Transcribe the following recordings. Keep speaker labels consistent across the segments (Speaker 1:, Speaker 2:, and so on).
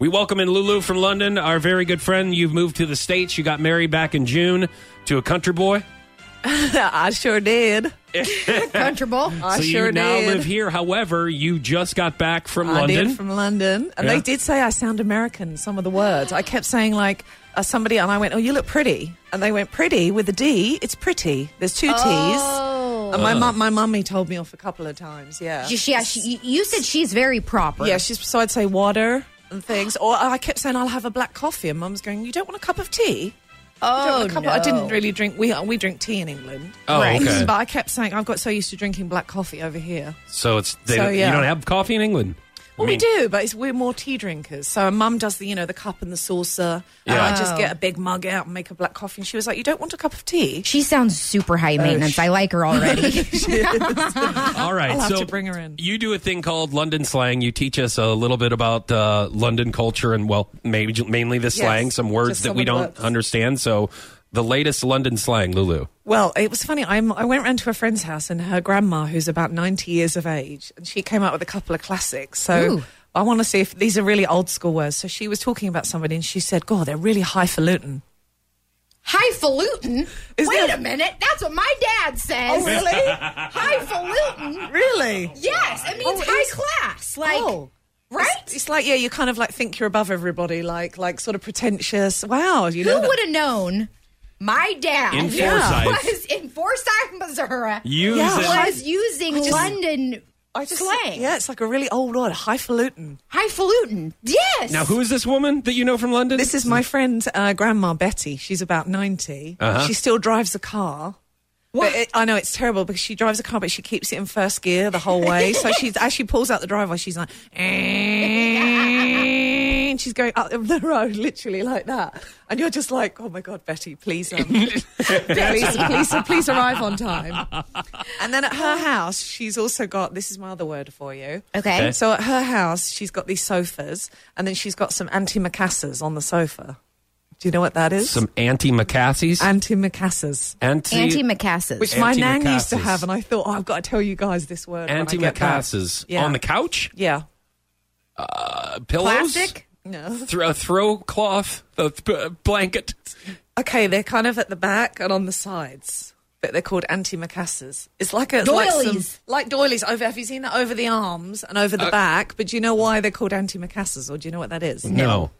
Speaker 1: We welcome in Lulu from London, our very good friend. You've moved to the States. You got married back in June to a country boy.
Speaker 2: I sure did.
Speaker 3: Comfortable.
Speaker 2: I
Speaker 1: so
Speaker 2: sure
Speaker 1: you now
Speaker 2: did.
Speaker 1: live here. However, you just got back from
Speaker 2: I
Speaker 1: London.
Speaker 2: did from London, and
Speaker 1: Yeah.
Speaker 2: they did say I sound American. Some of the words I kept saying, like uh, somebody, and I went, "Oh, you look pretty," and they went, "Pretty with a D. It's pretty. There's two
Speaker 3: Uh,
Speaker 2: T's."
Speaker 3: Oh.
Speaker 2: And my
Speaker 1: Uh.
Speaker 2: mum, my mummy told me off a couple of times. Yeah,
Speaker 3: She, she, she, you said she's very proper.
Speaker 2: yeah. She's so I'd say water and things, or I kept saying I'll have a black coffee, and mum's going, "You don't want a cup of tea." You don't
Speaker 3: Oh,
Speaker 2: want a cup
Speaker 3: no.
Speaker 2: of-" I didn't really drink. We we drink tea in England.
Speaker 1: oh,
Speaker 3: Right.
Speaker 1: okay.
Speaker 2: But I kept saying I've got so used to drinking black coffee over here.
Speaker 1: So it's they
Speaker 2: So,
Speaker 1: don't, you
Speaker 2: yeah.
Speaker 1: don't have coffee in England.
Speaker 2: Well,
Speaker 1: I mean,
Speaker 2: we do, but it's, we're more tea drinkers. So mum does the, you know, the cup and the saucer. And
Speaker 1: Yeah.
Speaker 2: I just get a big mug out and make a black coffee. And she was like, "You don't want a cup of tea?"
Speaker 3: She sounds super high
Speaker 2: Uh,
Speaker 3: maintenance. I like her already.
Speaker 1: All right,
Speaker 2: I'll have
Speaker 1: so
Speaker 2: to bring her in.
Speaker 1: You do a thing called London slang. You teach us a little bit about uh, London culture and well, maybe mainly the slang, some words
Speaker 2: just
Speaker 1: that
Speaker 2: some
Speaker 1: we
Speaker 2: of
Speaker 1: don't
Speaker 2: the words.
Speaker 1: understand. So, the latest London slang, Lulu.
Speaker 2: Well, it was funny. I'm, I went round to a friend's house and her grandma, who's about 90 years of age, and she came out with a couple of classics. So
Speaker 3: Ooh.
Speaker 2: I want to see if these are really old school words. So she was talking about somebody and she said, God, they're really highfalutin.
Speaker 3: Highfalutin?
Speaker 2: Is
Speaker 3: Wait
Speaker 2: that- Oh,
Speaker 3: a minute. That's what my dad says. Highfalutin?
Speaker 2: really?
Speaker 3: Yes, it means
Speaker 2: Oh, it
Speaker 3: high
Speaker 2: is-
Speaker 3: class. Like,
Speaker 2: Oh.
Speaker 3: right?
Speaker 2: It's like, yeah, you kind of like think you're above everybody, like, like sort of pretentious. Wow. You know
Speaker 3: Who
Speaker 2: that-
Speaker 3: would have known my dad
Speaker 1: In Forsyth.
Speaker 3: was in Forsyth, Missouri,
Speaker 1: Use
Speaker 2: Yeah.
Speaker 1: it.
Speaker 2: What?
Speaker 3: was using London
Speaker 2: I just-
Speaker 3: slang.
Speaker 2: Yeah, it's like a really old word, highfalutin.
Speaker 3: Highfalutin. Yes.
Speaker 1: Now, who is this woman that you know from London?
Speaker 2: This is my friend uh, Grandma Betty. She's about 90. She still drives a car. But it, I know it's terrible because she drives a car, but she keeps it in first gear the whole way. so she's, as she pulls out the driveway, she's like, and she's going up the road, literally like that. And you're just like, oh my God, Betty, please, um, please, please, please arrive on time. And then at her house, she's also got this is my other word for you.
Speaker 3: Okay. Okay.
Speaker 2: So at her house, she's got these sofas, and then she's got some antimacassars on the sofa. Do you know what that is?
Speaker 1: some anti macassies.
Speaker 2: antimacassars,
Speaker 1: Anti
Speaker 3: Auntie Macassas.
Speaker 2: which my nan used to
Speaker 1: Antimacassars.
Speaker 2: have, and I thought, oh, I've got to tell you guys this word. when I
Speaker 1: anti
Speaker 2: get back.
Speaker 1: macassars
Speaker 2: Yeah.
Speaker 1: on the couch,
Speaker 2: Yeah.
Speaker 1: uh, pillows,
Speaker 3: Plastic?
Speaker 2: No.
Speaker 1: Thro- a throw cloth, a th- uh, blanket.
Speaker 2: Okay, they're kind of at the back and on the sides. But they're called antimacassars. It's like a like,
Speaker 3: Doilies.
Speaker 2: some, like doilies over. Have you seen that over the arms and over the
Speaker 1: Uh,
Speaker 2: back? But do you know why they're called antimacassars, or do you know what that is?
Speaker 1: No.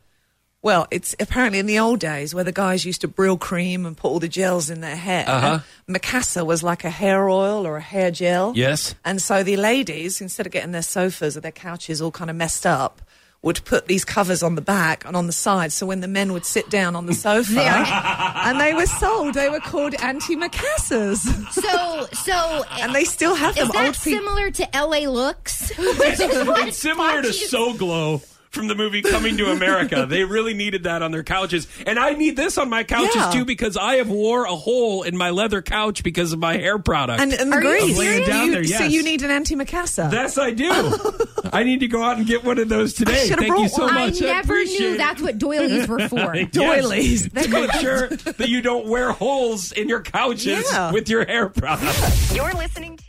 Speaker 2: Well, it's apparently in the old days where the guys used to brill cream and put all the gels in their hair.
Speaker 1: Uh-huh.
Speaker 2: Macassar was like a hair oil or a hair gel.
Speaker 1: Yes.
Speaker 2: And so the ladies, instead of getting their sofas or their couches all kind of messed up, would put these covers on the back and on the side. So when the men would sit down on the sofa, and they were sold, they were called antimacassars,
Speaker 3: So, so
Speaker 2: and they still have
Speaker 3: is
Speaker 2: them.
Speaker 3: that
Speaker 2: old people.
Speaker 3: similar to LA looks? Which is what
Speaker 1: similar to
Speaker 3: Foxy-
Speaker 1: So Glow from the movie Coming to America. they really needed that on their couches, and I need this on my couches
Speaker 2: Yeah.
Speaker 1: too because I have wore a hole in my leather couch because of my hair product.
Speaker 2: and, uh, and the
Speaker 3: Are you
Speaker 2: grease.
Speaker 1: serious? Laying down
Speaker 2: You-
Speaker 1: there,
Speaker 2: So
Speaker 1: yes.
Speaker 2: you need an antimacassar.
Speaker 1: Yes, I do. I need to go out and get one of those today.
Speaker 2: should've
Speaker 1: Thank you
Speaker 2: brought
Speaker 1: so
Speaker 2: one.
Speaker 3: I
Speaker 1: much.
Speaker 3: never
Speaker 1: appreciate
Speaker 3: knew
Speaker 1: it.
Speaker 3: that's what doilies were for.
Speaker 1: Yes.
Speaker 2: Doilies.
Speaker 1: to make sure that you don't wear holes in your couches
Speaker 2: Yeah.
Speaker 1: with your hair product.
Speaker 4: You're listening to